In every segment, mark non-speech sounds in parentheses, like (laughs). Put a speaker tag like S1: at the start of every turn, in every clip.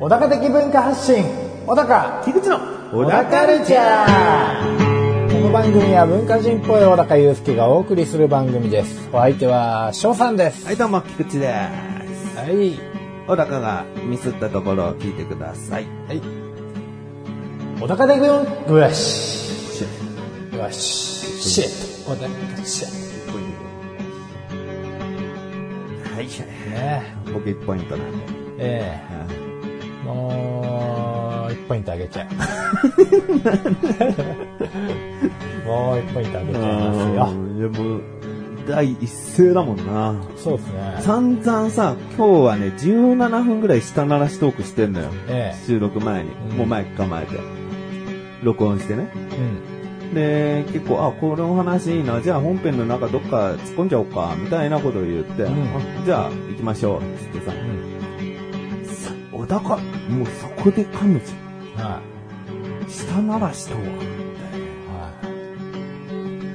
S1: 小高的文化発信小高
S2: 樋口の
S1: 小高ルチャーこの番組は文化人っぽい小高祐介がお送りする番組ですお相手は翔さんです
S2: はいどうも菊池です
S1: はい
S2: 小高がミスったところを聞いてくださいはい
S1: 小高的文化よしよしシェット小高シェッ
S2: はい
S1: トね
S2: 僕1ポイントなんで
S1: ええもう1ポイントあげ (laughs) ちゃうもう1ポイントあげちゃいます
S2: あ
S1: よ
S2: ーでも第一声だもんな
S1: そうですね
S2: 散々さ今日はね17分ぐらい下鳴らしトークしてんのよ
S1: え
S2: 収録前に、
S1: ん
S2: もうマイク構えて録音してね
S1: えうん
S2: で結構あこのお話いいなじゃあ本編の中どっか突っ込んじゃおうかみたいなことを言って、
S1: うん
S2: あじゃあ行きましょうっつってさ
S1: うん
S2: さ小高もうそこで彼女
S1: は
S2: 下鳴らしとはい
S1: はい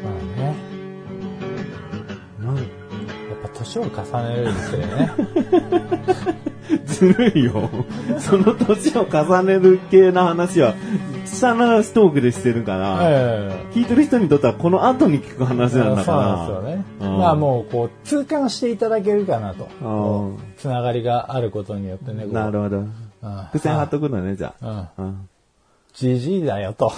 S1: ま
S2: な
S1: あね
S2: ん
S1: やっぱ年を重ねるにつれね
S2: (laughs) ずるい
S1: (laughs)
S2: よその年を重ねる系な話は下鳴らしトークでしてるから、
S1: ええ
S2: 聞いてる人にとってはこの後に聞く話なんだ
S1: そ
S2: か
S1: う
S2: ら
S1: なんですよね。
S2: うん
S1: まあもう、こう、痛感していただけるかなと。
S2: うん
S1: こうつながりがあることによってね、こう
S2: なるほど
S1: うん
S2: 伏線貼っとくのねじゃあ
S1: うん。
S2: うん
S1: じじいだ
S2: (laughs)
S1: よと。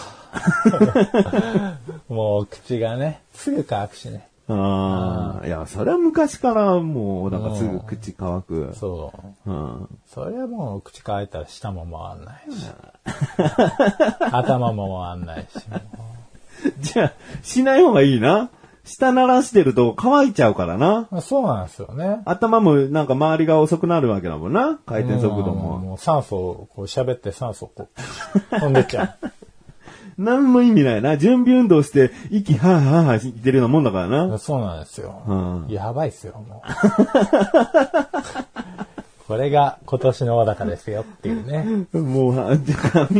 S1: もう口がね、すぐ乾くしね。
S2: ああ、いや、それは昔からもう、なんかすぐ口乾く。
S1: そう。
S2: うん。
S1: それはもう口乾いたら舌も回んないし。頭も回んないし。
S2: じゃあ、しない方がいいな。下鳴らしてると乾いちゃうからな。
S1: まあ、そうなんですよね。
S2: 頭もなんか周りが遅くなるわけだもんな。回転速度
S1: うん
S2: も。
S1: う酸素を、こう喋って酸素をこう、飛んでっちゃ
S2: 何も意味ないな。準備運動して、息はぁはぁはぁしてるようなもんだから
S1: う。 (laughs)
S2: な。
S1: そうなんですよ。
S2: うん
S1: やばいっすよ、もう。 (laughs) これが今年の小高ですよっていうね。
S2: もう、は上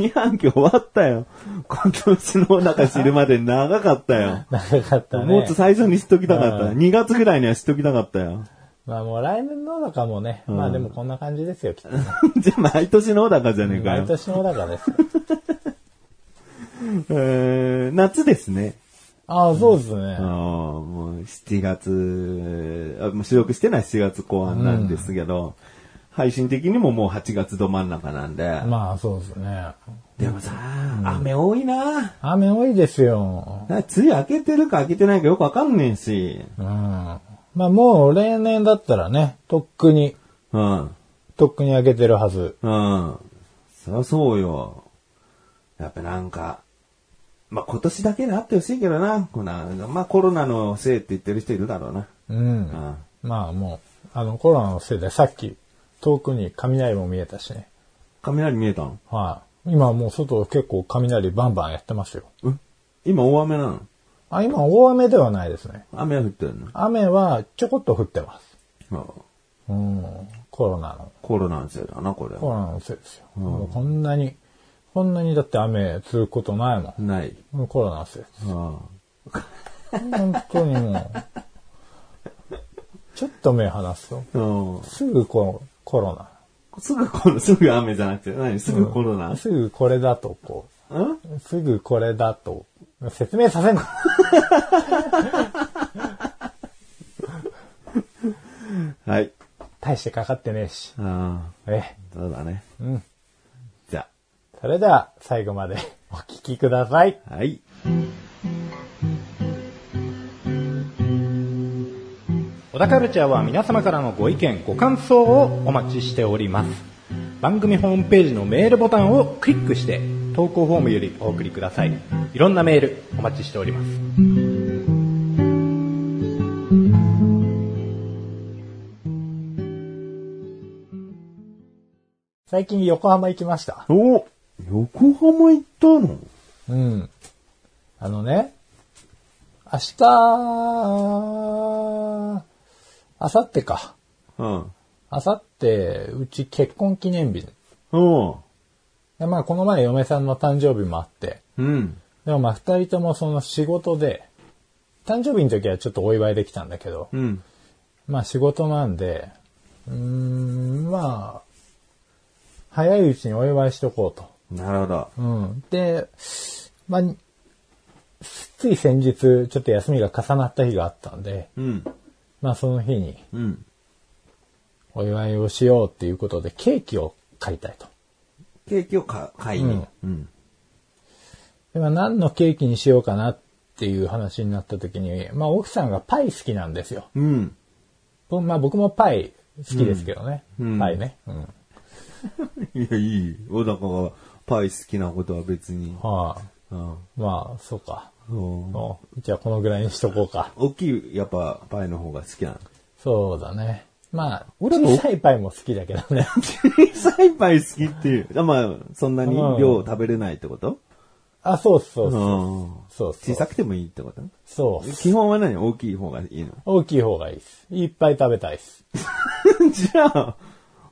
S2: 半期終わったよ。今年のお腹知るまで長かったよ。
S1: 長かったね。
S2: もっと最初に知っときたかった。
S1: う
S2: 2月ぐらいには知っときたかったよ。 (laughs)
S1: まあもう来年の小高もね、まあでもこんな感じですよ、きっと。
S2: じゃあ、毎年の小高じゃねえかよ
S1: 毎。年の小高ですよ。
S2: えー夏ですね。
S1: ああ、そうですね
S2: あ。のもう7月、あもう収録してない7月後半なんですけど、配信的にももう8月ど真ん中なんで。
S1: まあそうですね。
S2: でもさ、雨多いな。
S1: 雨多いですよ。
S2: な梅雨明けてるか明けてないかよくわかんねえし。
S1: うん。まあもう例年だったらね、とっくに、
S2: うん。
S1: とっくに開けてるはず。
S2: うん。そりゃそうよ。やっぱなんか、まあ、今年だけであってほしいけどな。こんな、まあ、コロナのせいって言ってる人いるだろうな。
S1: うん。
S2: うん。
S1: まあもう、あのコロナのせいでさっき遠くに雷も見えたしね。
S2: 雷見えたの
S1: はい。今もう外結構雷バンバンやってますよ。
S2: うん今大雨なの
S1: あ、今大雨ではないですね。
S2: 雨は降ってるの
S1: 雨はちょこっと降ってます。
S2: あ
S1: うん。コロナの。
S2: コロナのせいだな、これ。
S1: コロナのせいですよ。もうこんなに、こんなにだって雨することないもん。
S2: ない。
S1: もうコロナのせいです。
S2: あ
S1: 本当にもう。ちょっと目離すと。
S2: あうん
S1: すぐこう、コロ
S2: すぐコロ、すぐ雨じゃなくて、何すぐコロナ、
S1: ナ。すぐこれだとこ
S2: うん
S1: う。すぐこれだと。説明させんの
S2: はい。
S1: (laughs) 大してかかってねえし。
S2: あ
S1: え
S2: あ、そうだね。
S1: え。うん。
S2: じゃ
S1: それでは最後まで (laughs) お聞きください。
S2: あ、はい。
S1: 小田カルチャーは皆様からのご意見、ご感想をお待ちしております。番組ホームページのメールボタンをクリックして、投稿フォームよりお送りください。いろんなメールお待ちしております。最近横浜行きました。
S2: お横浜行ったの
S1: うん。あのね、明日、明後日か。
S2: うん。
S1: 明後日、うち結婚記念日。
S2: お
S1: でまあ、この前嫁さんの誕生日もあって、
S2: うん。
S1: ででもまあ二人ともその仕事で、誕生日の時はちょっとお祝いできたんだけど、
S2: うん。
S1: まあ仕事なんで、うーん、まあ、早いうちにお祝いしとこうと。
S2: なるほど。
S1: うん。で、まあ、つい先日、ちょっと休みが重なった日があったんで、
S2: うん。
S1: まあその日に
S2: うん。
S1: お祝いをしようっていうことでケーキを買いたいと。
S2: ケーキをか買いに。うん。
S1: でまあ何のケーキにしようかなっていう話になった時に、まあ奥さんがパイ好きなんですよ。
S2: うん。
S1: ぼまあ僕もパイ好きですけどね。
S2: うんうん
S1: パイね。うん。
S2: いや、いい。小高がパイ好きなことは別に。
S1: はあ、
S2: うん。
S1: まあそうか。
S2: うん
S1: うんじゃあこのぐらいにしとこうか。
S2: 大きい、やっぱ、パイの方が好きなの。
S1: そうだね。まあ、
S2: 俺も
S1: 小さいパイも好きだけどね。 (laughs)
S2: 小さいパイ好きっていう。あまあ、そんなに
S1: うん
S2: 量食べれないってこと
S1: あ、そうそう
S2: うん。
S1: そう。そうそう
S2: 小さくてもいいってこと
S1: そう。
S2: 基本は何大きい方がいいの (laughs)
S1: 大きい方がいいです。いっぱい食べたいです。
S2: じゃあ、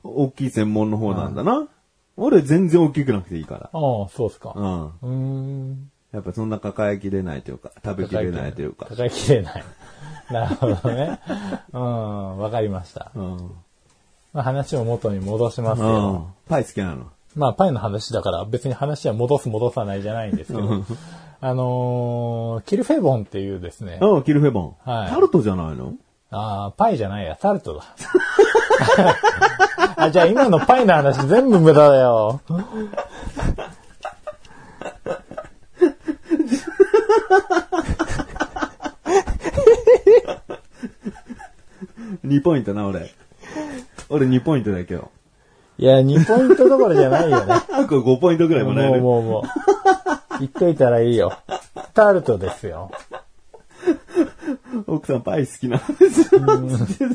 S2: 大きい専門の方なんだな。俺全然大きくなくていいから。
S1: ああ、そうですか。
S2: うん。
S1: うーん。
S2: やっぱそんな抱えきれないというか、食べきれないというか。
S1: 抱えきれない。なるほどね。うん、わかりました。
S2: うん。
S1: まあ、話を元に戻します
S2: う
S1: よ。
S2: ん。パイ好きなの。
S1: まあ、パイの話だから別に話は戻す戻さないじゃないんですけど、あのーキルフェボンっていうですね、
S2: うん、キルフェボン。
S1: はい
S2: タルトじゃないの
S1: ああ、パイじゃないや、タルトだ。 (laughs) あ、じゃあ今のパイの話全部無駄だよ。
S2: 2ポイントな、俺。俺2ポイントだけど。
S1: いや、2ポイントどころじゃないよね。
S2: あ、これ5ポイントぐらい
S1: も
S2: も
S1: う
S2: らえる。
S1: もうもう。言っといたらいいよ。タルトですよ。
S2: 奥さんパイ好きなんですよ。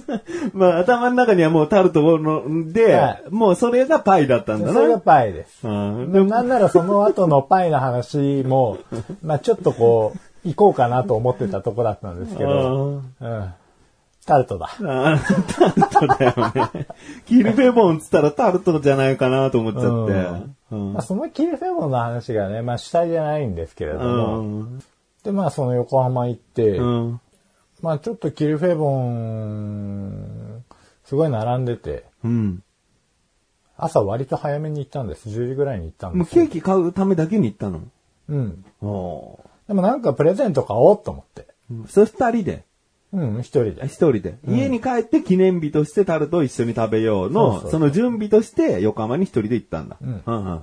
S2: まあ、頭の中にはもうタルトので、
S1: はい
S2: もうそれがパイだったんだ
S1: それが
S2: な。
S1: パイです。
S2: うんで
S1: でもなんならその後のパイの話も、まあちょっとこう、行こうかなと思ってたとこだったんですけど、うん。タルトだ。
S2: あータルトだよね。キルフェボンっつったらタルトじゃないかなと思っちゃって。うん
S1: まあ、そのキルフェボンの話がね、まあ主体じゃないんですけれど
S2: う
S1: も、
S2: ん。
S1: でまあその横浜行って、
S2: うん。
S1: まあちょっとキルフェボン、すごい並んでて、
S2: うん。
S1: 朝割と早めに行ったんです。10時ぐらいに行ったん
S2: も
S1: で
S2: う
S1: す
S2: ケ
S1: よ
S2: ーキ買うためだけに行ったの。
S1: うん。
S2: おー
S1: でもなんかプレゼント買おうと思って。
S2: それ二人で。
S1: うん、一人
S2: あ
S1: で
S2: 一。人で。家に帰って記念日としてタルトを一緒に食べようの、
S1: そうそう
S2: その準備として横浜に一人で行ったんだ。
S1: うん
S2: うんうん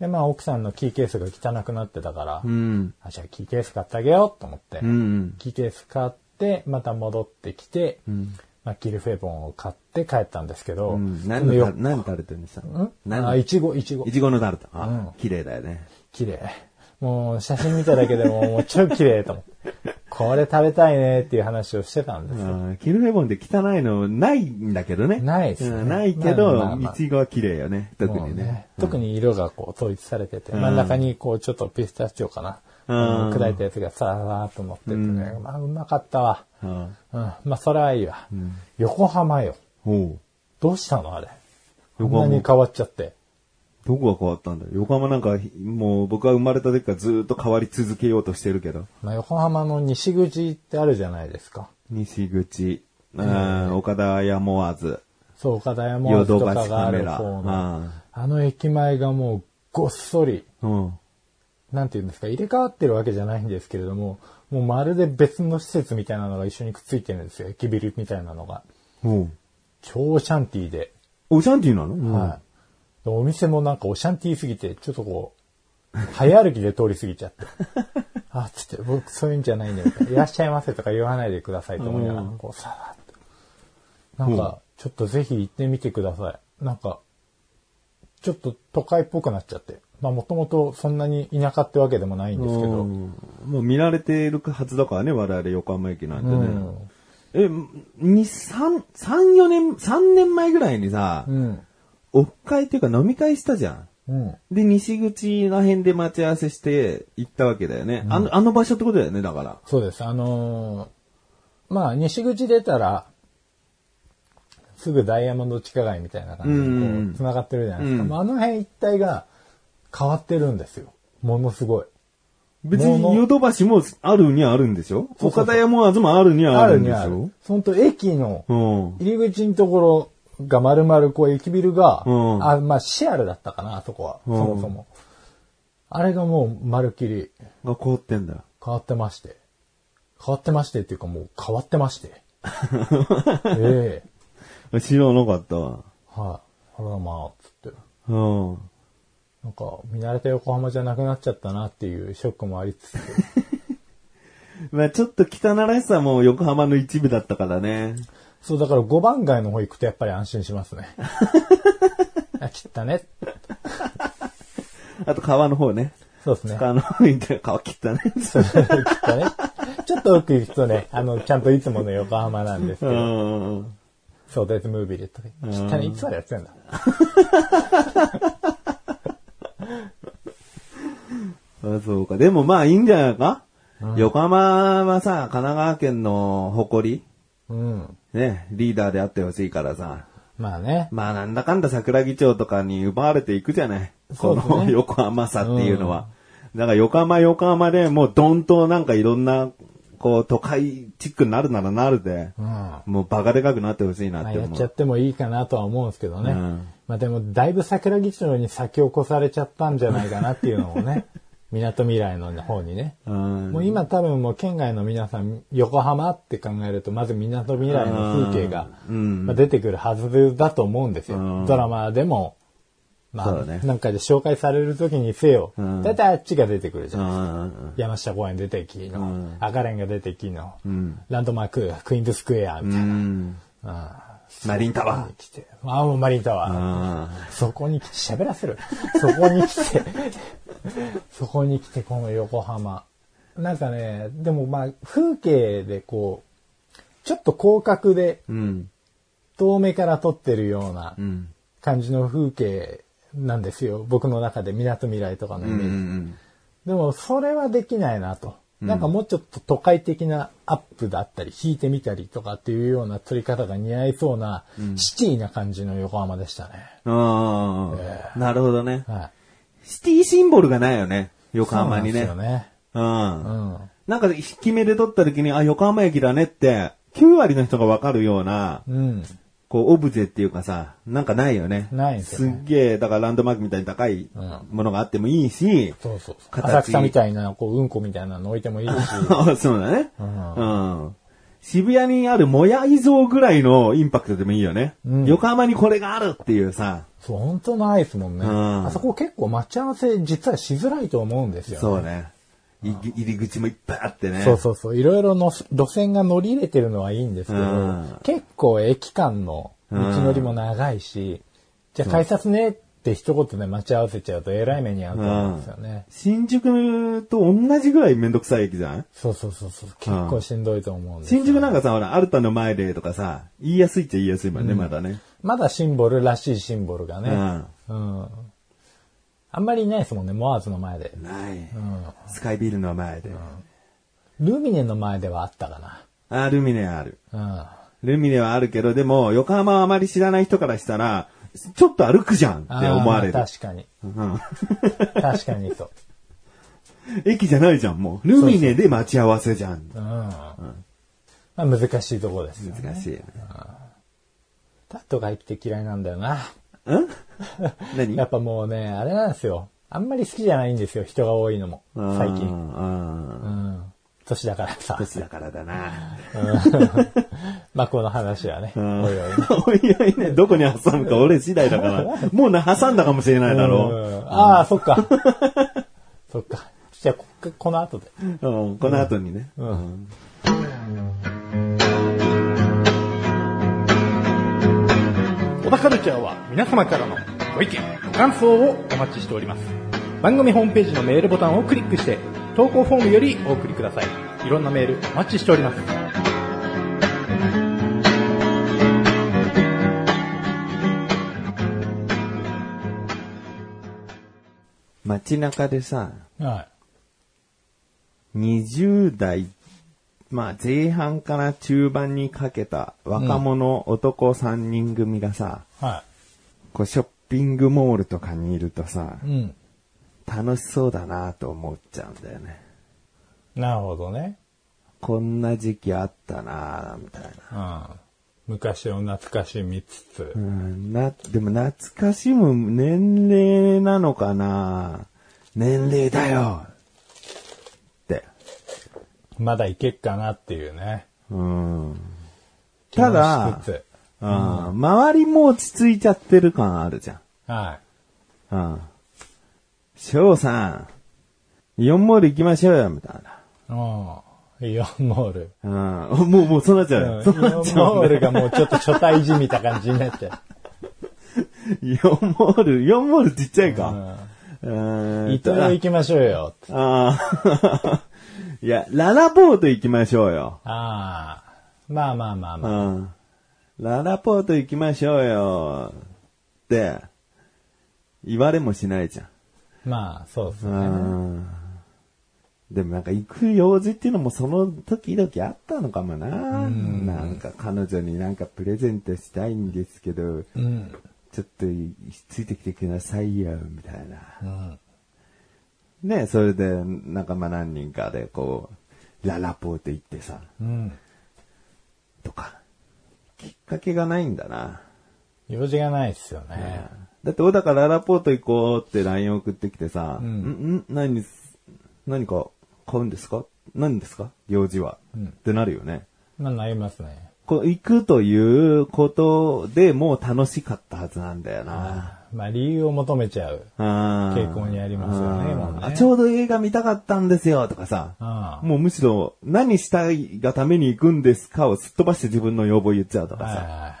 S1: で、まあ奥さんのキーケースが汚くなってたから、
S2: うん。
S1: あ、じゃあキーケース買ってあげようと思って、
S2: うんうん。
S1: キーケース買って、また戻ってきて、
S2: うん。
S1: まあキルフェボンを買って帰ったんですけど、
S2: うん。何
S1: で
S2: の
S1: よ
S2: タル、何のタルトにした
S1: ん
S2: の何
S1: あ、
S2: の
S1: いちご、いちご
S2: い。ちごのタルト。
S1: う
S2: あ
S1: ん、
S2: 綺麗だよね。
S1: 綺麗。もう写真見ただけでも、もう超綺麗と思って。
S2: (laughs)
S1: これ食べたいねっていう話をしてたんですよ。
S2: あーキルフェボンで汚いのないんだけどね。
S1: ないっすね
S2: うんないけ
S1: まあまあ
S2: ど、
S1: まあ
S2: いちごは綺麗よね。特
S1: もう
S2: にね。
S1: 特に色がこう統一されてて、
S2: ん
S1: 真ん中にこうちょっとピスタチオかな。
S2: うん
S1: あの砕いたやつがさらさーっと乗っててね、まあうまかったわ。
S2: うんあ
S1: うん、まあそれはいいわ。横浜よ。
S2: ーおう
S1: どうしたのあれ。こん
S2: 横
S1: なに
S2: 浜。
S1: 変わっちゃって。
S2: どこが変わったんだよ横浜なんか、もう僕は生まれた時からずーっと変わり続けようとしてるけど。
S1: まあ横浜の西口ってあるじゃないですか。
S2: 西口、うん、岡田やもわず、
S1: そう、岡田山
S2: ヨ
S1: 本
S2: ド
S1: と
S2: バ
S1: か
S2: シ
S1: が
S2: カ
S1: あ
S2: メ
S1: る
S2: ラ。
S1: 方の。あの駅前がもうごっそり、
S2: うん。うん
S1: なんていうんですか、入れ替わってるわけじゃないんですけれども、もうまるで別の施設みたいなのが一緒にくっついてるんですよ。駅ビルみたいなのが。
S2: お
S1: 超シャンティーで。
S2: オシャンティーなの、うん
S1: はい。でお店もなんかオシャンティーすぎて、ちょっとこう、早歩きで通り過ぎちゃって。あ、つって、僕そういうんじゃないんだよ。いらっしゃいませとか言わないでくださいと思いながら、こう、さーっと。なんか、ちょっとぜひ行ってみてください。なんか、ちょっと都会っぽくなっちゃって。まあ、もともとそんなに田舎ってわけでもないんですけど。
S2: う
S1: うん
S2: んもう見られているはずだからね、我々横浜駅なんてね。
S1: うん
S2: え、に、三、三、四年、三年前ぐらいにさ、
S1: うん。
S2: オフ会っていうか飲み会したじゃん。
S1: うん。
S2: で、西口ら辺で待ち合わせして行ったわけだよね。あの、あの場所ってことだよね、だから。
S1: そうです。あのーまあ、西口出たら、すぐダイヤモンド地下街みたいな
S2: うんう
S1: 感
S2: んう
S1: じ
S2: ん
S1: で、繋がってるじゃないですか。
S2: うん
S1: まあ、あの辺一帯が変わってるんですよ。ものすごい。
S2: 別にヨドバシもあるにはあるんでしょ
S1: そうそうそう
S2: 岡田屋も東もあるにはあ
S1: あ
S2: る
S1: る
S2: んで
S1: に
S2: し
S1: はあ
S2: ょ
S1: る。本当駅の
S2: うん。
S1: 入り口のところが丸々こう駅ビルが、
S2: うん
S1: あ、まあシアルだったかな、あそこは。そ
S2: うん
S1: もそも。あれがもう丸っきり
S2: が凍ってんだ。
S1: 変わってまして。変わってましてっていうかもう変わってまして。
S2: (laughs)
S1: ええ
S2: 知らなかったわ。
S1: はい、あ。らまあ、つって。
S2: うん。
S1: なんか、見慣れた横浜じゃなくなっちゃったなっていうショックもありつつ。
S2: まあちょっと汚らしさも横浜の一部だったからね。
S1: そう、だから5番街の方行くとやっぱり安心します (laughs) ね。あ、切ったね。
S2: あと川の方ね。
S1: そうですね。
S2: 川の方行って川切ったね。 (laughs)
S1: そう切ったね。ちょっと奥行くとね、あの、ちゃんといつもの横浜なんですけ
S2: う
S1: ど、
S2: ん。
S1: そうです、ムービーでとか。切ったね、いつまでやってたんだ。
S2: あそうか。でもまあいいんじゃないか、横浜はさ、神奈川県の誇り、
S1: うん。
S2: ね、リーダーであってほしいからさ。
S1: まあね。
S2: まあなんだかんだ桜木町とかに奪われていくじゃない。こ
S1: そうです
S2: の
S1: ね
S2: 横浜さっていうのは。だから横浜横浜でもうどんとなんかいろんな、こう都会チックになるならなるで、
S1: うん。ま
S2: もうバカでかくなってほしいな
S1: あ
S2: って
S1: やっ
S2: 思
S1: ちゃ
S2: う。
S1: ってもいいかなとは思うんですけどね。
S2: うん
S1: まあでも、だいぶ桜木町に先を越されちゃったんじゃないかなっていうの
S2: (laughs)
S1: もね。港未来の方にね。
S2: うん
S1: もう今多分もう県外の皆さん、横浜って考えると、まず港未来の風景が、
S2: うん
S1: まあ、出てくるはずだと思うんですよ。
S2: うん
S1: ドラマでも、まあ
S2: そ、うだね
S1: なんかで紹介される時にせよ、
S2: うん
S1: だいたいあっちが出てくるじゃ。
S2: うんん
S1: 山下公園出てきの、
S2: うん
S1: 赤レンが出てきの、
S2: ん
S1: ランドマーク、クイーンズスクエアみ
S2: う
S1: たいな。
S2: ん。
S1: あ
S2: マリンタワ
S1: 来て、ああ、もうマリンタワー。
S2: ー。
S1: そこに来て、喋らせる。そこに来て、そこに来て、この横浜。なんかね、でもまあ、風景でこう、ちょっと広角で
S2: うん。
S1: 遠目から撮ってるような
S2: うん。
S1: 感じの風景なんですよ。僕の中で、港未来とかのイ
S2: う
S1: メージ。
S2: ん。
S1: でも、それはできないなと。なんかもうちょっと都会的なアップだったり、引いてみたりとかっていうような撮り方が似合いそうな、シティな感じの横浜でしたね。
S2: ああ、なるほどね。
S1: はい。
S2: シティシンボルがないよね。横浜に
S1: そう
S2: ね
S1: な。んですよね。
S2: う。
S1: うんん。
S2: なんか、引き目で撮った時に、あ、横浜駅だねって、9割の人がわかるような、
S1: うん。
S2: こう、オブジェっていうかさ、なんかないよね。
S1: ないですよね
S2: っげえ、だからランドマークみたいに高いものがあってもいいし、
S1: そうそうそう。
S2: 形
S1: 浅草みたいな、こう、うんこみたいなの置いてもい
S2: (laughs)
S1: いし。
S2: そうだね。
S1: ん
S2: うん。渋谷にあるもやい像ぐらいのインパクトでもいいよね。
S1: うん
S2: 横浜にこれがあるっていうさ。
S1: そう、本当ないですもんね。
S2: うん
S1: あそこ結構待ち合わせ実はしづらいと思うんですよ。
S2: そうね。い入り口もいっぱいあってね。
S1: そうそうそう。いろいろの路線が乗り入れてるのはいいんですけど、
S2: うん
S1: 結構駅間の道のりも長いし、じゃあ改札ねって一言で待ち合わせちゃうとえらい目に遭うと思うんですよね。
S2: 新宿と同じぐらいめんどくさい駅じゃない
S1: そうそうそうそう。結構しんどいと思うんですよ
S2: 新宿なんかさ、ほら、アルタの前でとかさ、言いやすいっちゃ言いやすいもんね、まだね。
S1: まだシンボルらしいシンボルが
S2: う
S1: ね。
S2: ん。
S1: うん。あんまりいないですもんね、モアーズの前で。
S2: ない。
S1: うん。
S2: スカイビルの前で。
S1: ルミネの前ではあったか
S2: あ、ルミネある。
S1: な。
S2: ルミネはあるけど、でも、横浜はあまり知らない人からしたら、ちょっと歩くじゃんって
S1: うん。
S2: 思われ
S1: あーま
S2: る
S1: あ。確かに。
S2: うん。
S1: (laughs) 確かにそう。
S2: 駅じゃないじゃん、もう。ルミネで待ち合わせじゃん。
S1: うん。まあ難しいところですよ。
S2: 難しいよね。
S1: だとか生きて嫌いなんだよな。 (laughs)
S2: うん何
S1: やっぱもうね、あれなんですよ。あんまり好きじゃないんですよ、人が多いのも。最近。
S2: 近
S1: う。ん。年だから
S2: (laughs)
S1: さ。
S2: 年だからだな。
S1: (laughs) まあこの話はね。
S2: うん
S1: おいおいね
S2: おいおいね、どこに挟むか俺次第だ
S1: (laughs)
S2: から。もうな、挟んだかもしれないだろ
S1: うんああ、そ
S2: (laughs)
S1: っか。そっか。じゃあ、ここの後で。
S2: う。うん、この後にね。
S1: うん。
S3: 小田カルチャーは皆様からのご意見、ご感想をお待ちしております。番組ホームページのメールボタンをクリックして、投稿フォームよりお送りください。いろんなメールお待ちしております。
S2: 街中でさ、
S1: はい。
S2: 20代、まあ前半から中盤にかけた若者、男3人組がさ、
S1: は
S2: こうショッピングモールとかにいるとさ
S1: い。う、ん。
S2: 楽しそうだなと思っちゃうんだよね。
S1: なるほどね。
S2: こんな時期あったなぁみたいな。
S1: うん。昔を懐かしみつつ
S2: う。ん、な、でも懐かしむ年齢なのかな年齢だよって。
S1: まだいけっかなっていうね。
S2: うん。
S1: 気も
S2: ただ
S1: しつつ
S2: あー周りも落ち着いちゃってる感あるじゃん。
S1: は
S2: うん。翔さん、イオンモール行きましょうよ、みたいな。
S1: い。うん。イオンモール。
S2: うん。 (laughs) もう、もう、そうなっちゃう
S1: う
S2: よ。
S1: んイオ
S2: そ
S1: ン
S2: うなっちゃう
S1: モー
S2: よね、
S1: ルがもうちょっと初対じみた感じになっちゃ
S2: イオンモール、イオンモールちっちゃいか。
S1: う。
S2: う。
S1: うん
S2: (laughs)
S1: ん。イトヨ行きましょうよ。
S2: ああ。いや、ララポート行きましょうよ。
S1: ああ。まあまあまあ
S2: う
S1: まあ。
S2: ん。ララポート行きましょうよ。って、言われもしないじゃん。
S1: まあ、そうです
S2: う
S1: ね。
S2: ん。でもなんか行く用事っていうのもその時々あったのかもな。なんか彼女になんかプレゼントしたいんですけど、
S1: うん。
S2: ちょっとついてきてくださいよ、みたいな。
S1: うん。
S2: ね、それで仲間何人かでこう、ララポート行ってさ、
S1: うん。
S2: とか。きっかけがないんだな。
S1: 用事がないですよね。
S2: だって、小高ララポート行こうって LINE 送ってきてさ、
S1: うん
S2: ん、ん何す、何か買うんですか何ですか用事は、
S1: うん
S2: ってなるよね。
S1: まあ、なりますね。
S2: こう行くということでもう楽しかったはずなんだよな。
S1: まあ、理由を求めちゃう。
S2: あー
S1: 傾向にありますよ
S2: あ
S1: ね
S2: ー
S1: 今もね
S2: あちょうど映画見たかったんですよとかさ、
S1: ああ
S2: もうむしろ何したいがために行くんですかをすっ飛ばして自分の要望言っちゃうとかさ
S1: はいはい。は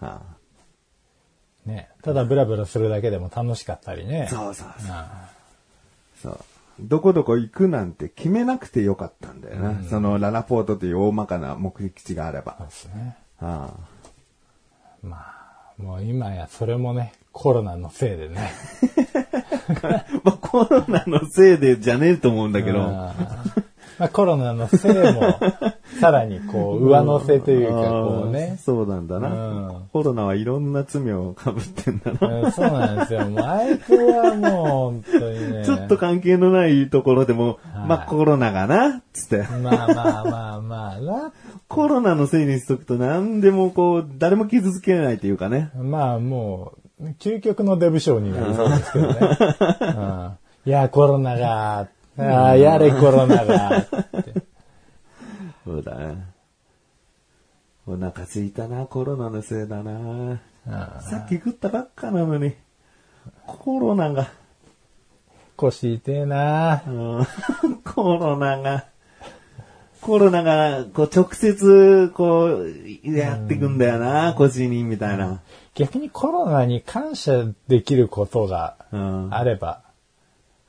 S2: あー
S1: い。ね。ただブラブラするだけでも楽しかったりね。
S2: そうそうそう。
S1: あ
S2: そう。どこどこ行くなんて決めなくてよかったんだよな。そのララポートという大まかな目的地があれ
S1: あ。そう
S2: ば。
S1: ですね。
S2: あ
S1: まあ、もう今やそれもね、コロナのせいでね。
S2: あ (laughs) まあコロナのせいでじゃねえと思うんだけど。
S1: あーまあ、コロナのせいも、さらにこう、上乗せというか、こう
S2: ああ
S1: ね。
S2: そうなんだ
S1: う。
S2: なんコロナはいろんな罪を被ってんだな。
S1: うんそうなんですよ。もう、あいつはもう、本当にね。
S2: (laughs) ちょっと関係のないところでも、
S1: い
S2: まあコロナがな、つって。
S1: まあまあまあまあな。
S2: コロナのせいにしとくと何でもこう、誰も傷つけないというかね。
S1: まあもう、究極のデブ賞になりそうですけどね。うんいや、コロナが、あーやれコロナが、って
S2: そうだね。お腹すいたな、コロナのせいだな。
S1: うん
S2: さっき食ったばっかなのに、コロナが、 (laughs)
S1: 腰痛えな
S2: う。んコロナが、コロナが、こう、直接、こう、やってくんだよな、腰に、みたいな。
S1: 逆にコロナに感謝できることが
S2: うん。あ
S1: あれば、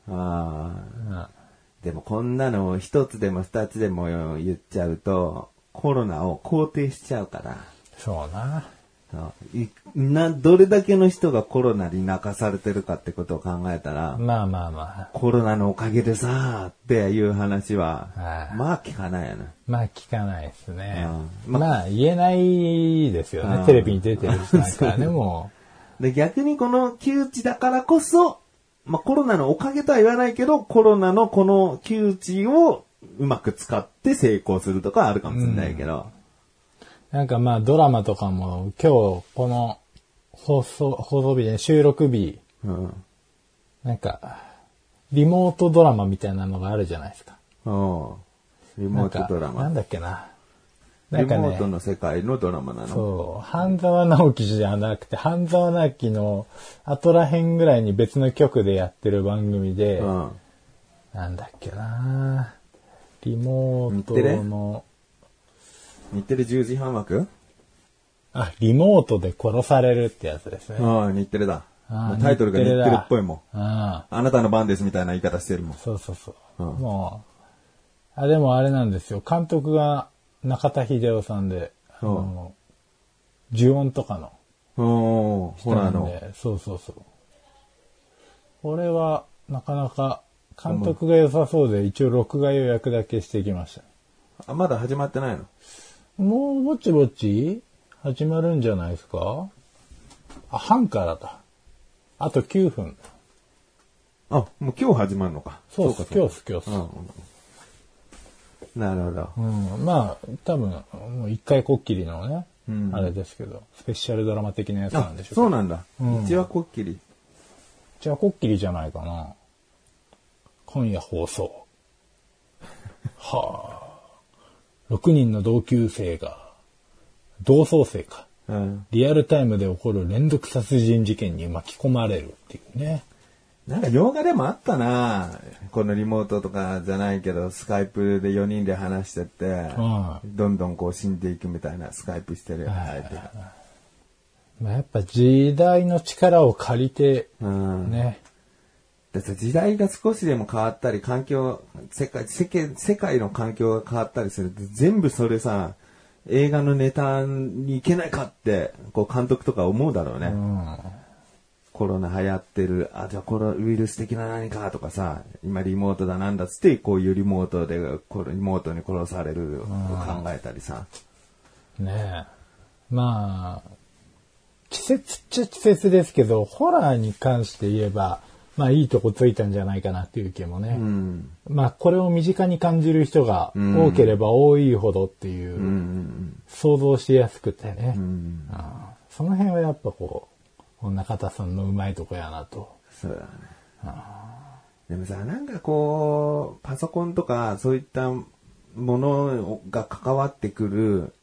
S2: あ
S1: う。ん
S2: でも、こんなのを一つでも二つでも言っちゃうと、コロナを肯定しちゃうから。
S1: そうな。
S2: そういな、どれだけの人がコロナに泣かされてるかってことを考えたら、
S1: まあまあまあ。
S2: コロナのおかげでさーっていう話は
S1: は、い
S2: まあ聞かないよね。
S1: まあ聞かないですね。
S2: うん
S1: まあ言えないですよ
S2: う
S1: ね。
S2: ん
S1: テレビに出てる人なんかはね、も
S2: で、逆にこの窮地だからこそ、まあコロナのおかげとは言わないけど、コロナのこの窮地をうまく使って成功するとかあるかもしれないけど、
S1: う、なんかまあドラマとかも今日この放送、放送日で収録日、
S2: うん。
S1: なんか、リモートドラマみたいなのがあるじゃないですか。
S2: おうリ
S1: な
S2: モー
S1: んか
S2: トドラ
S1: な
S2: マ
S1: ん。だっけな。なんか
S2: リモート
S1: ね、
S2: の世界のドラマなの。
S1: そう、半沢直樹じゃなくて、半沢直樹の後らへんぐらいに別の局でやってる番組で、
S2: うん。
S1: なんだっけなリモート
S2: 日テレ
S1: の、
S2: 日テレ10時半枠
S1: あ、リモートで殺されるってやつですね。
S2: ああ、日テレだ。
S1: あー
S2: もうタイトルが日テレっぽいもん。
S1: あ
S2: あなたの番ですみたいな言い方してるもん
S1: あ、。そうそうそう。
S2: うん
S1: もう、あ、でもあれなんですよ。監督が中田秀夫さんで、あの、呪音とかの
S2: おー、ほ
S1: 人な
S2: ら
S1: んで、
S2: の。
S1: そうそうそう。これは、なかなか、監督が良さそうで、一応録画予約だけしてきました。
S2: あ、まだ始まってないの
S1: もうぼちぼち始まるんじゃないですかあ、半からだ。あと9分。
S2: あ、もう今日始まるのか。
S1: そうっす、
S2: かそ
S1: 今日っす、今日っす。
S2: うか。なるほど。
S1: うん、まあ、多分、もう一回こっきりのね、あれですけど、スペシャルドラマ的なやつな
S2: あ
S1: んでし、ょ
S2: そう
S1: か。
S2: なんだ。
S1: うん
S2: 一話こっきり。
S1: じゃあこっきりじゃないかな。今夜
S2: (laughs)
S1: 放送。はあ。6人の同級生が、同窓生か。
S2: うん。
S1: リアルタイムで起こる連続殺人事件に巻き込まれるっていうね。
S2: なんか洋画でもあったなこのリモートとかじゃないけど、スカイプで4人で話してて、
S1: うん
S2: どんどんこう死んでいくみたいな、スカイプしてる相手が。
S1: まあ、やっぱ時代の力を借りて、
S2: うん
S1: ね。
S2: だって時代が少しでも変わったり、環境、世界、世間、世界の環境が変わったりすると、全部それさ、映画のネタにいけないかって、こう監督とか思うだろうね。
S1: うん。
S2: コロナ流行ってる、あ、じゃあコロナウイルス的な何かとかさ、今リモートだなんだっつって、こういうリモートで、これリモートに殺されるを考えたりさ。
S1: ねえ。まあ、季節っちゃ季節ですけど、ホラーに関して言えば、まあいいとこついたんじゃないかなっていう気もね。
S2: うん。
S1: まあこれを身近に感じる人が
S2: ん
S1: 多ければ多いほどっていう、
S2: うんうん
S1: 想像しやすくてね、
S2: うん。うん。
S1: ああその辺はやっぱこう、中田さんのうまいとこやなと。
S2: そうだね。でもさ、なんかこう、パソコンとか、そういったものが関わってくる、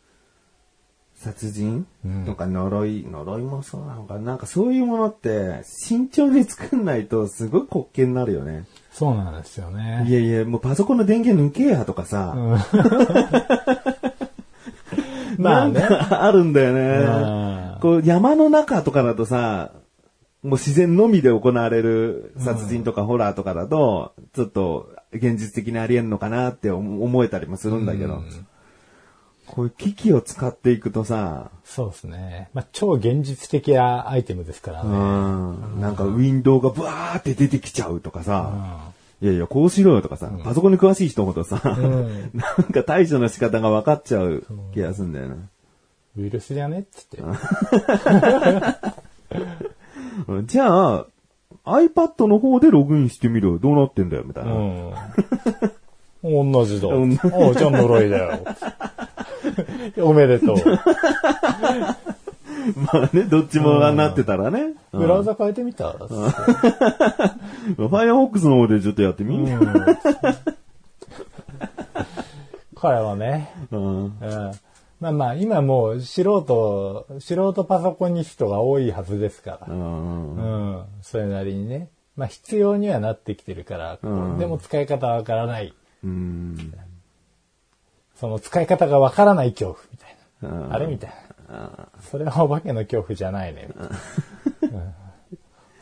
S2: 殺人とか呪い、呪いもそうなのかな。なんかそういうものって、慎重に作んないと、すごい滑稽になるよね。
S1: そうなんですよね。
S2: いやいや、もうパソコンの電源抜けやとかさ、
S1: まあね
S2: なん。かあるんだよ
S1: うん
S2: ね。こう山の中とかだとさ、もう自然のみで行われる殺人とかホラーとかだと、ちょっと現実的にありえんのかなって思思えたりもするんだけど、こういう機器を使っていくとさ、
S1: そうですね。まあ超現実的なアイテムですから
S2: う
S1: ね。
S2: ん、なんかウィンドウがブワーって出てきちゃうとかさ、
S1: うん
S2: いやいや、こうしろよとかさ、パソコンに詳しい人ほどさ、
S1: ん
S2: なんか対処の仕方が分かっちゃう気がするんだよね。
S1: ウイルスじゃねっつって。
S2: じゃあ、iPad の方でログインしてみるどうなってんだよ、みたいな。
S1: うん。同じだ。
S2: うん
S1: おうじゃあ呪いだ
S2: (laughs)
S1: よ。おめでとう。
S2: まあね、どっちもなってたらね。うん
S1: ブラウザ変えてみた、
S2: Firefox の方でちょっとやってみ、うん
S1: これはね。うん。まあまあ、今もう素人、素人パソコンに人が多いはずですから。
S2: うん
S1: うん。それなりにね。まあ必要にはなってきてるから、
S2: うん
S1: でも使い方わからない。
S2: うん
S1: その使い方がわからない恐怖みたい
S2: うん
S1: な。あれみたいな。それはお化けの恐怖じゃないね。
S2: (laughs)
S1: みたいなうん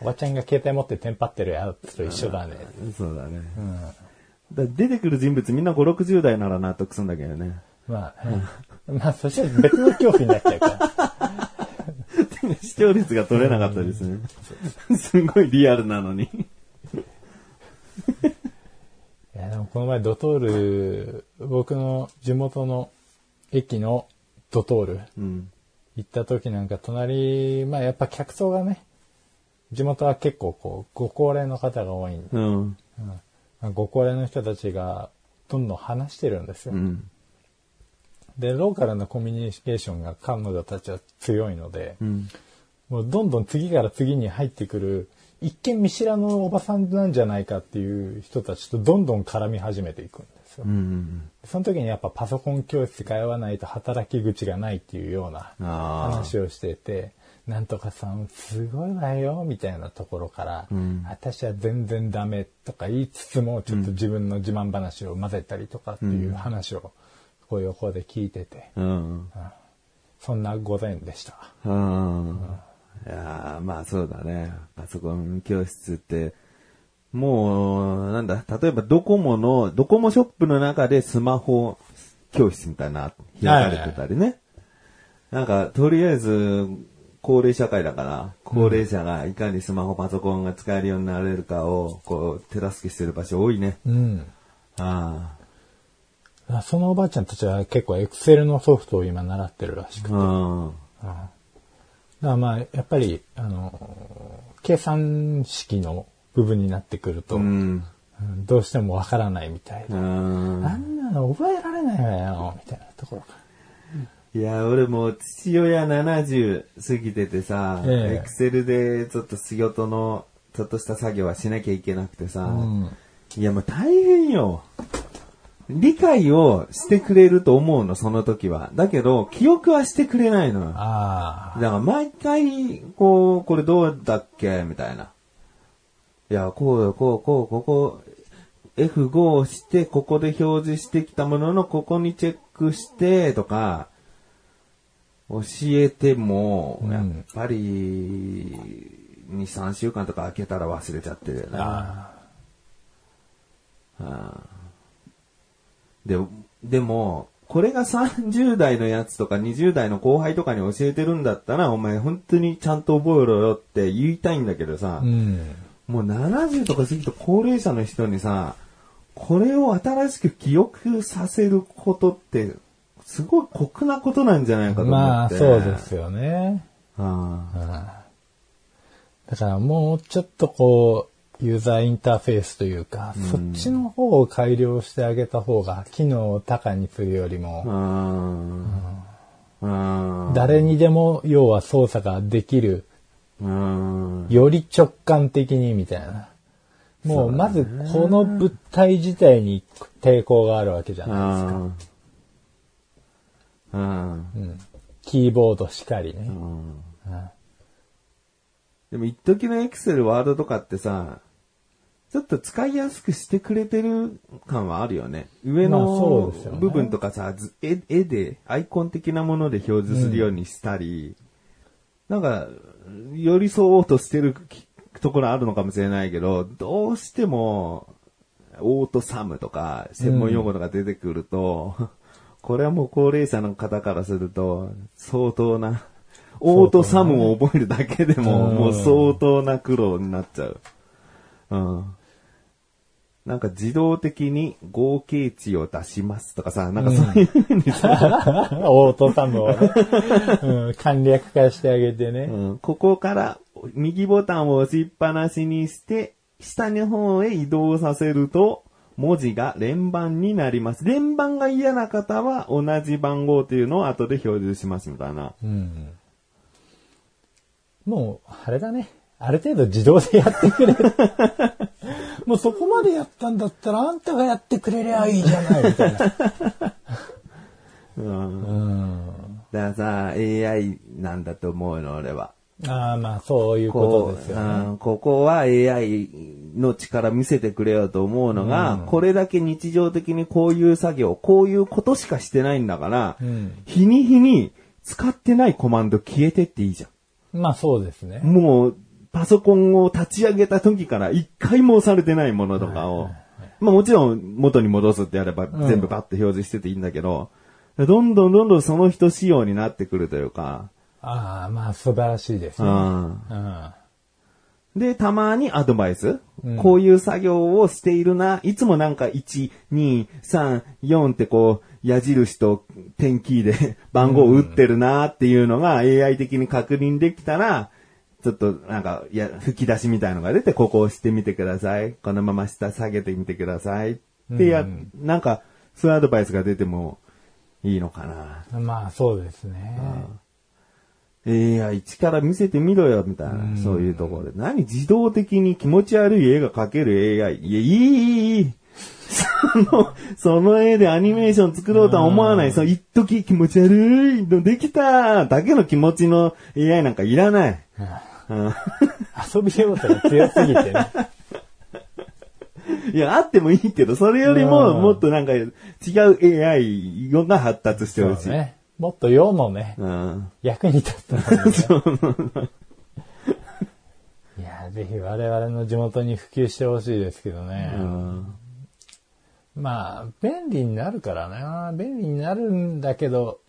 S1: おばちゃんが携帯持ってテンパってるやつと一緒だね。
S2: そうだね。だ出てくる人物みんな5、60代なら納得するんだけどね。
S1: まあね、まあそしたら別の恐怖になっちゃ
S2: (laughs)
S1: うから。
S2: 視聴率が取れなかったですね。すごいリアルなのに。
S1: いやでもこの前ドトール、僕の地元の駅のドトール
S2: うん。
S1: 行った時なんか隣、まあやっぱ客層がね、地元は結構こう、ご高齢の方が多いんで、
S2: うん。
S1: まあご高齢の人たちがどんどん話してるんですよ。
S2: うん。
S1: で、ローカルなコミュニケーションが彼女たちは強いので、
S2: うん。
S1: もうどんどん次から次に入ってくる、一見見知らぬおばさんなんじゃないかっていう人たちとどんどん絡み始めていくんですよ。
S2: うん。
S1: その時にやっぱパソコン教室通わないと働き口がないっていうような
S2: あー
S1: 話をしてて、なんとかさんすごいわよみたいなところから、私は全然ダメとか言いつつもちょっと自分の自慢話を混ぜたりとかっていう話をこう横で聞いてて、
S2: うん。
S1: そんな午前でした。
S2: うん。いやーまあそうだね。パソコン教室って、もう、なんだ、例えばドコモの、ドコモショップの中でスマホ教室みたいな、開かれてたりね。なんか、とりあえず、高齢社会だから、高齢者がいかにスマホ、パソコンが使えるようになれるかを、こう、手助けしてる場所多いね。
S1: うん。
S2: あ
S1: あそのおばあちゃんたちは結構エクセルのソフトを今習ってるらしく
S2: あ。うん。
S1: だからまあ、やっぱり、あの、計算式の部分になってくると、
S2: うん。
S1: うんどうしてもわからないみたいな。
S2: うん。
S1: あんなのの覚えられないわよ、みたいなところから。
S2: いや、俺もう父親70過ぎててさ、
S1: ええ
S2: エクセルでちょっと仕事の、ちょっとした作業はしなきゃいけなくてさ、
S1: ん
S2: いやもう大変よ。理解をしてくれると思うの、その時は。だけど、記憶はしてくれないのよ。だか
S1: ああ。
S2: ら毎回、こう、これどうだっけみたいな。いや、こうよ、こう、こう、ここ、F5 を押して、ここで表示してきたものの、ここにチェックして、とか、教えても、
S1: うん
S2: やっぱり、2、3週間とか開けたら忘れちゃってるよね。
S1: あ
S2: で、でも、これが30代のやつとか20代の後輩とかに教えてるんだったら、お前本当にちゃんと覚えろよって言いたいんだけどさ、
S1: あ。うん。
S2: もう70とか過ぎた高齢者の人にさ、これを新しく記憶させることって、すごい酷なことなんじゃないかと思って。
S1: まあ、そうで。すよね。
S2: あ
S1: だからもうちょっとこう、ユーザーインターフェースというか、そっちの方を改良してあげた方が、機能を高にするより
S2: あ。
S1: も、
S2: ああ。
S1: 誰にでも要は操作ができる、
S2: うん。
S1: より直感的にみたいな。もうまずこの物体自体に抵抗があるわけじゃないです
S2: あ
S1: か。
S2: あ。うん。
S1: キーボードしかりね。
S2: 嗯でも一時のエクセル、ワードとかってさ、ちょっと使いやすくしてくれてる感はあるよね。上
S1: まあそう
S2: の
S1: ですよね
S2: 部分とかさ、ず絵絵で、アイコン的なもので表示するようにしたり、なんか、寄り添おうとしてるきところあるのかもしれないけど、どうしても、オートサムとか、専門用語とか出てくると、これはもう高齢者の方からすると、相当な、オートサムを覚えるだけでも、もう相当な苦労になっちゃう。うん。なんか自動的に合計値を出しますとかさ、なんかそういうふうにさ、
S1: (laughs) オートサムをね、うん、簡略化してあげてね。
S2: うんここから右ボタンを押しっぱなしにして、下の方へ移動させると、文字が連番になります。連番が嫌な方は同じ番号というのを後で表示しますみたいな。
S1: うんもう、あれだね。ある程度自動でやってくれる。 (laughs) もうそこまでやったんだったら、あんたがやってくれりゃいいじゃない、みたいな。
S2: うん
S1: (laughs) うん。
S2: だからさ、AI なんだと思うの、俺は。
S1: ああ、まあ、そういうこと
S2: こ
S1: です
S2: う、
S1: よね。
S2: うんここは AI の力見せてくれよと思うのが、これだけ日常的にこういう作業、こういうことしかしてないんだから、
S1: うん
S2: 日に日に使ってないコマンド消えてっていいじゃ
S1: まあ、そうですね
S2: ん。。もう、パソコンを立ち上げた時から一回も押されてないものとかを、まあもちろん元に戻すってやれば全部バッと表示してていいんだけど、どんどんどんどんその人仕様になってくるというか、
S1: ああ、まあ、素晴らしいです
S2: う
S1: ね。
S2: ん。
S1: うん。
S2: で、たまにアドバイス、こういう作業をしているな。いつもなんか1、2、3、4ってこう、矢印と点キーで (laughs) 番号を打ってるなっていうのが AI 的に確認できたら、ちょっとなんか、いや、吹き出しみたいのが出て、ここを押してみてください。このまま下下げてみてください。ってや、なんか、そういうアドバイスが出てもいいのかな。
S1: まあ、そうですね。
S2: AI 力見せてみろよ、みたいな、そういうところで。何自動的に気持ち悪い絵が描ける AI。いや、いい、いい、いい。その、その絵でアニメーション作ろうとは思わない。その、一時気持ち悪いのできただけの気持ちの AI なんかいらない。うん
S1: 遊び要素が強すぎてね。
S2: いや、あってもいいけど、それより
S1: う
S2: も、
S1: ん
S2: もっとなんか、違う AI が発達して
S1: そ
S2: ほ
S1: う
S2: しい。
S1: ね。もっと用もね。
S2: うん。
S1: 役に立つの
S2: (laughs)
S1: にね (laughs) いや、ぜひ我々の地元に普及してほしいですけどね。
S2: うん
S1: まあ、便利になるからな。便利になるんだけど、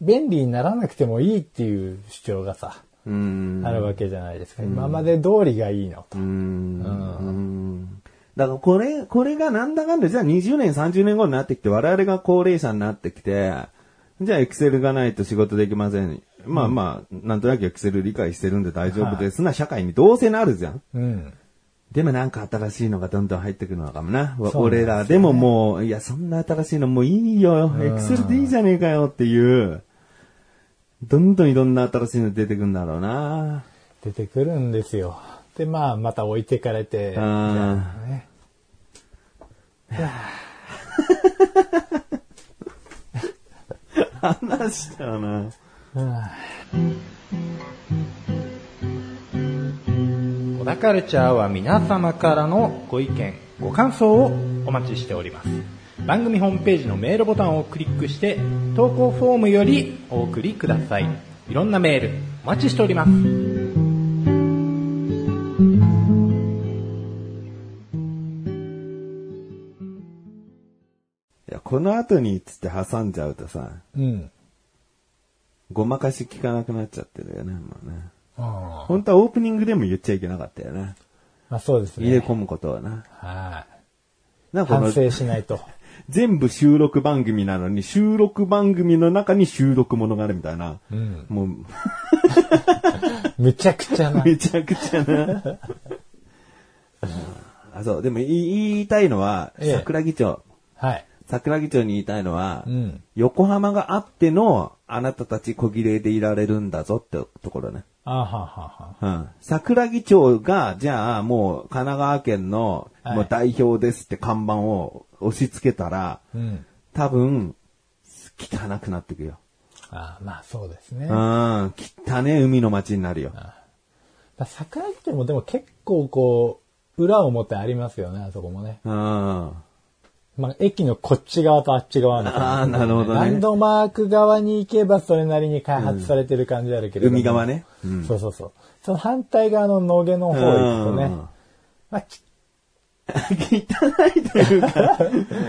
S1: 便利にならなくてもいいっていう主張がさ、
S2: うん。
S1: あるわけじゃないですか。今まで通りがいいのと。
S2: うんだからこれ、これがなんだかんだ、じゃあ20年、30年後になってきて、我々が高齢者になってきて、じゃあエクセルがないと仕事できません。まあまあ、なんとなくエクセル理解してるんで大丈夫ですな、社会にどうせなるじゃん。
S1: うん。
S2: でもなんか新しいのがどんどん入ってくるのかもな。わ
S1: そうなんです
S2: 俺
S1: よね
S2: らでももう、いや、そんな新しいのもういいよ。エクセルでいいじゃねえかよっていう。どんどんいろんな新しいの出てくるんだろうな。
S1: 出てくるんですよ。で、まあ、また置いてかれて、みたいなね。
S2: (laughs) 話したよな。
S3: 小田カルチャーは皆様からのご意見、ご感想をお待ちしております。番組ホームページのメールボタンをクリックして、投稿フォームよりお送りください。いろんなメール、お待ちしております。
S2: いや、この後につって挟んじゃうとさ、
S1: うん。
S2: ごまかし聞かなくなっちゃってるよね、もうね。
S1: ま
S2: 本当はオープニングでも言っちゃいけなかったよね。
S1: あ、そうです
S2: 入れ
S1: ね。
S2: 込むことはな。
S1: はい。
S2: なんかこ
S1: 反
S2: の、
S1: 省しない (laughs) と。
S2: 全部収録番組なのに、収録番組の中に収録ものがあるみたいな。
S1: うん。
S2: もう、
S1: めちゃくちゃ (laughs) な。
S2: めちゃくちゃな。 (laughs) あ、そう、でもい言いたいのは、
S1: ええ
S2: 桜木町。
S1: はい。
S2: 桜木町に言いたいのは、
S1: うん
S2: 横浜があっての、あなたたち小切れでいられるんだぞってところね。
S1: あはは
S2: う
S1: は
S2: ん。桜木町が、じゃあもう神奈川県の、
S1: はい
S2: もう代表ですって看板を押し付けたら、
S1: うん。
S2: 多分、汚くなってくよ。
S1: あまあ、そうですね。
S2: うん。汚ね海の町になるよ。
S1: だ桜井家もでも結構こう、裏表ありますよね、あそこもね。
S2: うん。あ
S1: まあ、駅のこっち側とあっち側の感じ
S2: あー、なるほど
S1: ラ
S2: ね
S1: ン。ドマーク側に行けばそれなりに開発されてる感じあるけれども、
S2: 海側ね。うん。
S1: そうそうそう。その反対側の野毛の方行くとね。
S2: うん
S1: まあ、き
S2: (laughs) 汚いというか、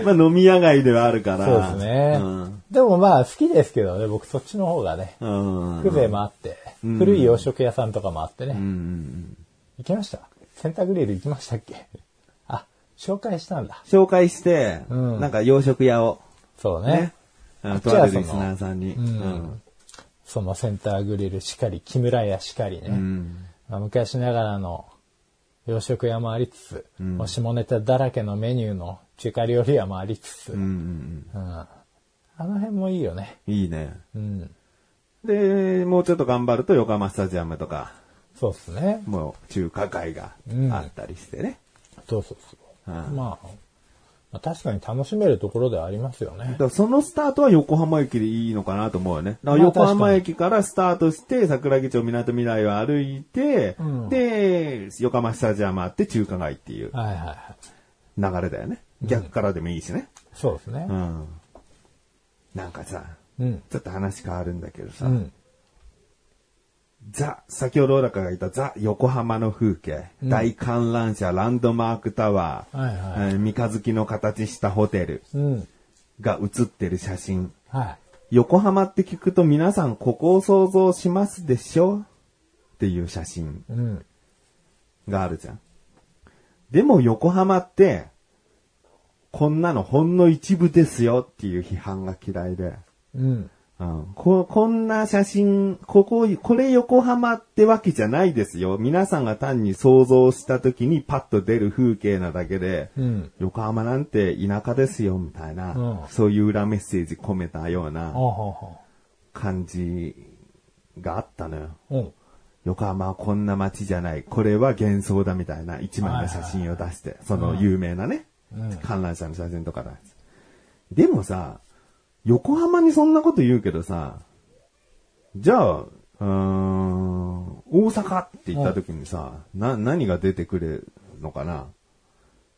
S2: まあ飲み屋街ではあるから。
S1: そうですね、
S2: うん。
S1: でもまあ好きですけどね、僕そっちの方がね、
S2: うん。
S1: 風情もあって、古い洋食屋さんとかもあってね。
S2: うん
S1: 行きましたセンターグリル行きましたっけあ、紹介したんだ。
S2: 紹介して、
S1: うん
S2: なんか洋食屋を、
S1: そうね。
S2: ね。あとあるリスナーさんに。
S1: んそのセンターグリルしかり、木村屋しかりね。
S2: うん。
S1: まあ、昔ながらの洋食屋もありつつ、もう下ネタだらけのメニューの中華料理屋もありつつ、
S2: うん。うん。
S1: うんあの辺もいいよね。
S2: いいね。
S1: うん。
S2: で、もうちょっと頑張ると横浜スタジアムとか、
S1: そうっすね。
S2: もう中華街があったりしてね。
S1: そうそうそ
S2: う
S1: う。
S2: ん
S1: まあ、まあ確かに楽しめるところではありますよね
S2: だか。らそのスタートは横浜駅でいいのかなと思うよね。だから
S1: まあ
S2: 横浜駅からスタートして、桜木町港未来を歩いて、
S1: うん
S2: で、横浜スタジアムあって中華街っていう
S1: はいはいはい。
S2: 流れだよね。逆からでもいいしね。
S1: そうですね
S2: う。ん。なんかさ、
S1: うん。
S2: ちょっと話変わるんだけどさ、
S1: うん。
S2: ザ、先ほど小高が言ったザ、横浜の風景、大観覧車、ランドマークタワー、
S1: はいはい
S2: えー三日月の形したホテル
S1: うん。
S2: が写ってる写真。
S1: は
S2: 横浜って聞くと皆さんここを想像しますでしょっていう写真
S1: い。うん。
S2: があるじゃん。でも横浜って、こんなのほんの一部ですよっていう批判が嫌いで、
S1: うん。
S2: うん、ここんな写真、ここ、これ横浜ってわけじゃないですよ。皆さんが単に想像した時にパッと出る風景なだけで、
S1: うん。
S2: 横浜なんて田舎ですよみたいな、
S1: うん
S2: そういう裏メッセージ込めたような、
S1: ほうほうほ
S2: 感じがあったのよ。
S1: う。うん。
S2: 横浜はこんな街じゃない。これは幻想だみたいな一枚の写真を出して、その有名なね、観覧車の写真とかだ。でもさ、横浜にそんなこと言うけどさ、じゃあ、うーん、大阪って言った時にさ、な、何が出てくるのかな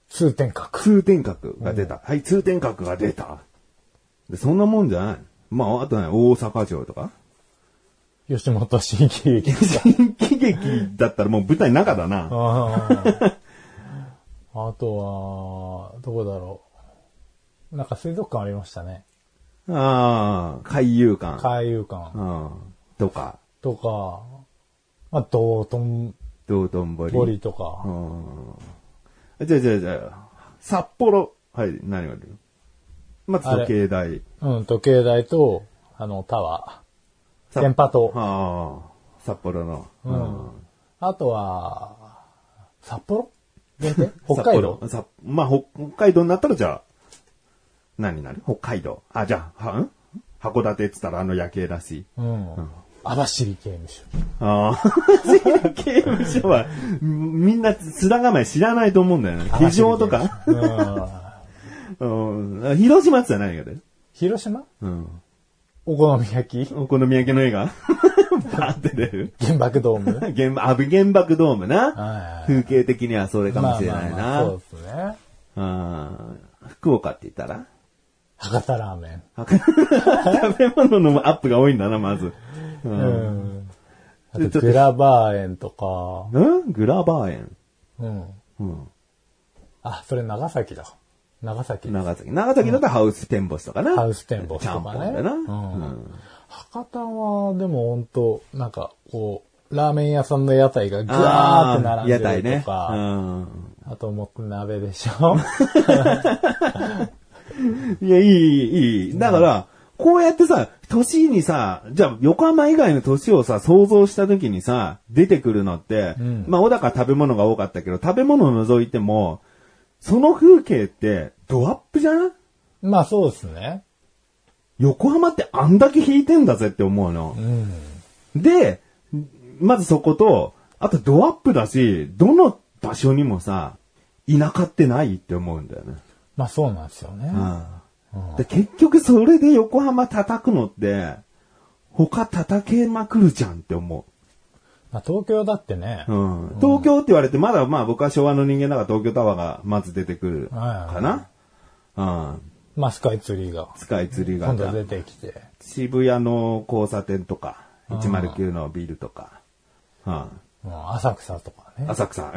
S1: 通天閣。
S2: 通天閣が出た。はい、通天閣が出た。で、そんなもんじゃない。まあ、あとね、大阪城と (laughs) か
S1: 吉本新喜劇。
S2: 新喜劇だったらもう舞台の中だな。
S1: あ (laughs) ああとは、どこだろう。なんか水族館ありましたね。
S2: ああ、海遊館。
S1: 海遊館
S2: うん。とか、
S1: とか、まあ、道頓
S2: 道頓堀。
S1: 堀とか、
S2: うん。じゃあじゃあじゃあ、札幌。はい、何があるまず時計台。
S1: うん、時計台と、あの、タワ
S2: さ
S1: 電波塔
S2: ああ、札幌の。
S1: ー。うん。あとは、札幌限定北海道
S2: 札幌さまあ、ほ北海道になったらじゃあ、何になる北海道。あ、じゃあ、はん函館って言ったらあの夜景だし。
S1: うん。網走刑務所。
S2: ああ、 (laughs) 刑務所は、みんな津田構え知らないと思うんだよね。非常とか。
S1: 網走刑務所。うん。
S2: うん広島って言ったら何がだよ。
S1: 広島
S2: うん。
S1: お好み焼き
S2: お好み焼きの映画 (laughs) バーって出る
S1: 原爆ド
S2: (laughs)
S1: ーム
S2: 原爆、あ原爆ドーム
S1: は
S2: な。
S1: い
S2: 風景的にはそれかもしれない
S1: まあまあまあそ
S2: な
S1: う。ですね。
S2: うん福岡って言ったら
S1: 博多ラーメン。
S2: 食べ物のアップが多いんだな、まず。うん。
S1: あ
S2: でちょっ
S1: と
S2: と
S1: グラバー園とか、
S2: うんグラバー園。
S1: うん。
S2: うん。
S1: あ、それ長崎だ。長崎。
S2: 長崎。長崎だとハウステンボスとかな。
S1: ハウステンボス
S2: ちゃ
S1: と
S2: んぽ
S1: か
S2: ん
S1: ね。
S2: だな。
S1: う
S2: うん
S1: ん。博多は、でも本当なんか、こう、ラーメン屋さんの屋台がぐわーって並んでると
S2: あー
S1: か、
S2: 屋台ね。
S1: あともう鍋でし
S2: (laughs) う
S1: ょ
S2: ん。いや、いい、いい、いい。だから、こうやってさ、年にさ、じゃあ横浜以外の年をさ、想像した時にさ、出てくるのって、
S1: ん
S2: まあ小高食べ物が多かったけど、食べ物を除いても、その風景ってドアップじゃん
S1: まあそうですね。
S2: 横浜ってあんだけ引いてんだぜって思うの。
S1: うん。
S2: で、まずそこと、あとドアップだし、どの場所にもさ、田舎ってないって思うんだよね。
S1: まあそうなんですよね。
S2: うんで結局それで横浜叩くのって、他叩けまくるじゃんって思
S1: まあ東京だってね
S2: う。う、ん。東京って言われて、まだまあ僕は昭和の人間だから東京タワーがまず出てくるかな。うん。
S1: まあスカイツリーが
S2: スカイツリーが
S1: 今度出てきて。
S2: 渋谷の交差点とか、109のビルとか、うん。
S1: うん、浅草とかね。
S2: 浅草。うん。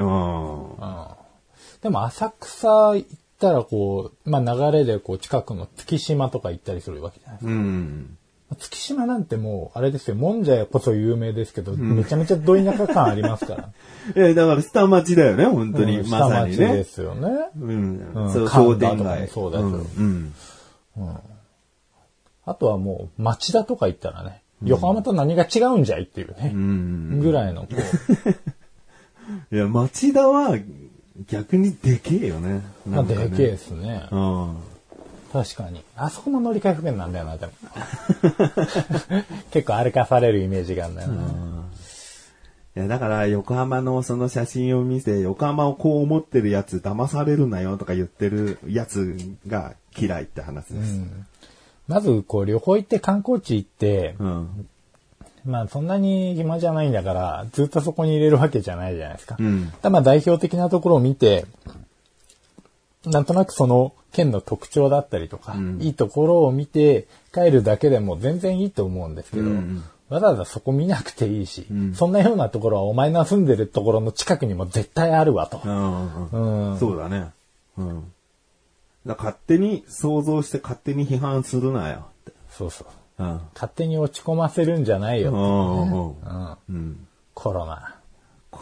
S1: でも浅草行ったらこう、まあ流れでこう近くの月島とか行ったりするわけじゃないです
S2: うん。
S1: か。月島なんてもう、あれですよ、もんじゃやこそ有名ですけど、めちゃめちゃど田舎感ありますから。
S2: いや、だから下町だよね、 (laughs) 本当に。
S1: うん
S2: まさ
S1: 下町
S2: に
S1: で
S2: ね。
S1: すよね。
S2: うん。
S1: うん
S2: そう、
S1: 神
S2: 商店
S1: 田とかも
S2: 街。
S1: そうだけど
S2: んうん。
S1: あとはもう町田とか行ったらね、横浜と何が違うんじゃいっていうね。
S2: うん。
S1: ぐらいのこう、
S2: いや、町田は逆にでけえよね。
S1: ま
S2: な
S1: あ
S2: んか
S1: で
S2: ね
S1: けえですね。
S2: うん。
S1: 確かに。あそこも乗り換え不便なんだよな、でも。 (laughs) 結構歩かされるイメージがあるんだよな。
S2: いや、だから、横浜のその写真を見て、横浜をこう思ってるやつ、騙されるなよとか言ってるやつが嫌いって話です。
S1: まず、こう、旅行行って観光地行って、
S2: うん。
S1: まあ、そんなに暇じゃないんだから、ずっとそこに入れるわけじゃないじゃないですか。
S2: うん
S1: ただまあ、代表的なところを見て、なんとなくその県の特徴だったりとか、いいところを見て帰るだけでも全然いいと思うんですけど、わざわざそこ見なくていいし、そんなようなところはお前の住んでるところの近くにも絶対あるわと
S2: う。ん。
S1: うん。
S2: そうだね。うん。だから勝手に想像して勝手に批判するなよって。
S1: そうそ
S2: う
S1: う。
S2: ん。
S1: 勝手に落ち込ませるんじゃないうよ。
S2: ん。
S1: うん
S2: うん。
S1: コ
S2: (laughs)
S1: ロナ。コ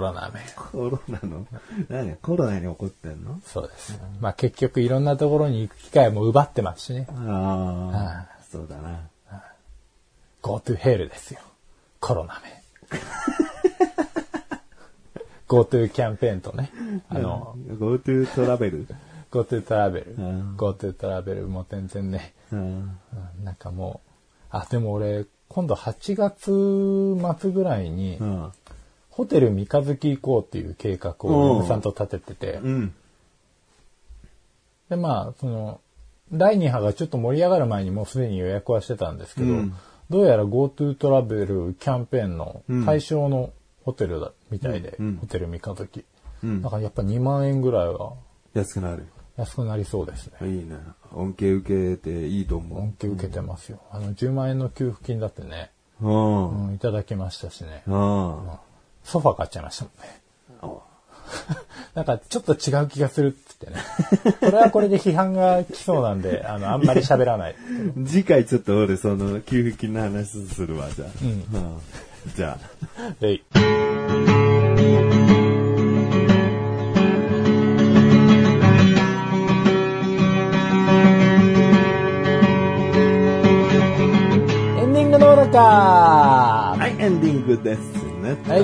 S1: ロナめ。
S2: コロナの、何コロナに怒ってんの
S1: そうです。まあ結局いろんなところに行く機会も奪ってますしね。
S2: ああ、そうだな。
S1: Go to hell ですよ。コロナめ。Go to キャンペーンとね。あの、
S2: GoTo トラベル。
S1: Go to トラベル
S2: ん。
S1: Go to トラベルも全然ね。
S2: (laughs) うん。
S1: うんなんかもう、あ、でも俺、今度8月末ぐらいに、
S2: うん。
S1: ホテル三日月行こうっていう計画を、
S2: うん
S1: 嫁さんと立ててて、
S2: うん。
S1: で、まあ、その、第2波がちょっと盛り上がる前にもうすでに予約はしてたんですけど、
S2: うん
S1: どうやら GoTo トラベルキャンペーンの対象のホテルだ、みたいで、
S2: うんうん
S1: ホテル三日月。
S2: うん
S1: だからやっぱ2万円ぐらいは
S2: 安くなる。
S1: 安くなりそうですね。
S2: いいね。恩恵受けていいと思
S1: 恩恵受けてますよ。あの、10万円の給付金だってね、
S2: う。うん。
S1: うん、いただきましたしね。
S2: うん。
S1: ソファ買っちゃいましたもんね。なんかちょっと違う気がするっつってね。
S2: (laughs)
S1: これはこれで批判が来そうなんで、あの、あんまり喋らない。
S2: 次回ちょっと俺その給付金の話するわ、じゃあ。うん。じゃあ。
S1: えいエンディングのーか
S2: はい、エンディングですね。
S1: はい。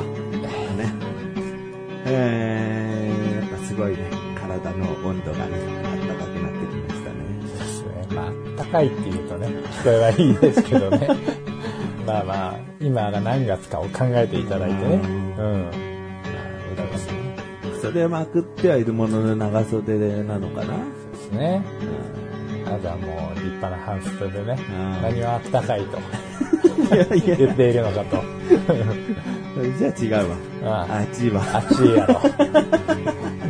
S2: ね。ええー、やっぱすごいね、体の温度がね、暖かくなってきましたね。
S1: ですね。まあ、あったかいって言うとね、聞こえはいいですけどね。 (laughs) まあまあ、今が何月かを考えていただいてね。うん。
S2: まあ、穏やかに袖まくってはいるものの長袖なのかな、
S1: そうですね。
S2: う
S1: あとはもう立派な半袖でね、
S2: ん
S1: 何はあったかいと
S2: ん、いやいや、
S1: 言っているのかと。
S2: じゃあ違うわ。
S1: ああ
S2: あっちは。
S1: 暑いやろ。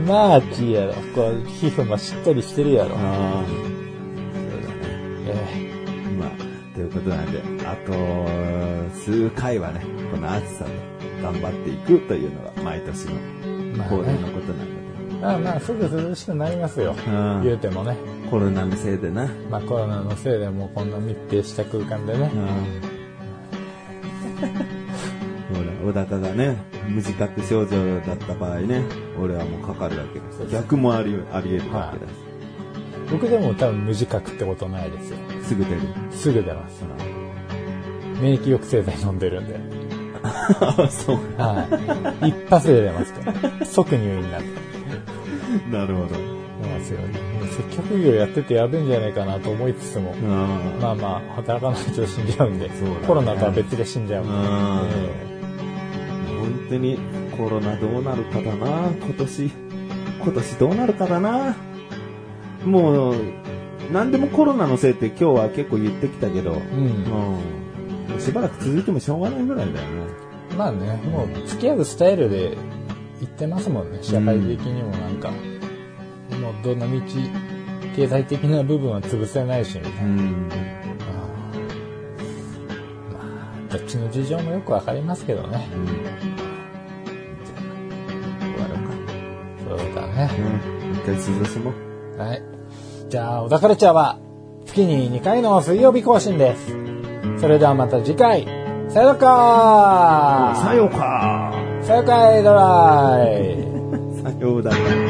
S1: まあ暑いやろ。こう、皮膚もしっとりしてるやろ。
S2: ああ、そうだね。
S1: え
S2: まあ、ということなんで、あと、数回はね、この暑さで頑張っていくというのが毎年の
S1: えまあ
S2: 恒例
S1: ね
S2: のことなので、
S1: まあまあ、すぐ涼しくなりますよ。
S2: うん
S1: 言うてもね。
S2: コロナのせいでな。
S1: まあコロナのせいでもうこんな密閉した空間でね
S2: う。ん (laughs) ほら、小高がね、無自覚症状だった場合ね、俺はもうかかるわけです。逆もありあり得るわけだし、
S1: 僕でも多分無自覚ってことないですよ。
S2: すぐ出る。
S1: すぐ出ます。免疫抑制剤飲んでるんで。
S2: あそう。
S1: はい。一発で出ますから。即入院になる。
S2: なるほど。
S1: なんですよ。もう接客業やっててやべえんじゃないかなと思いつつも、
S2: うん
S1: まあまあ、働かないと死んじゃうんで、
S2: そうだね
S1: コロナとは別で死んじゃう。
S2: うん
S1: え
S2: 本当にコロナどうなるかだな今年今年どうなるかだなもう何でもコロナのせいって今日は結構言ってきたけど
S1: え、うん。
S2: うん、しばらく続いてもしょうがないぐらいだよね
S1: まあね、もう付き合うスタイルで言ってますもんね、社会的にもなんか。もうどの道、経済的な部分は潰せないし、みたいな。
S2: ん
S1: まあ、どっちの事情もよくわかりますけどね。
S2: うんじゃあ終わろうか、
S1: そうだね。
S2: うん、一回涼しもう
S1: はい。じゃあ、小田カルチャーは月に2回の水曜日更新です。それではまた次回、さようか
S2: さようか
S1: さようかいドライ
S2: さようだな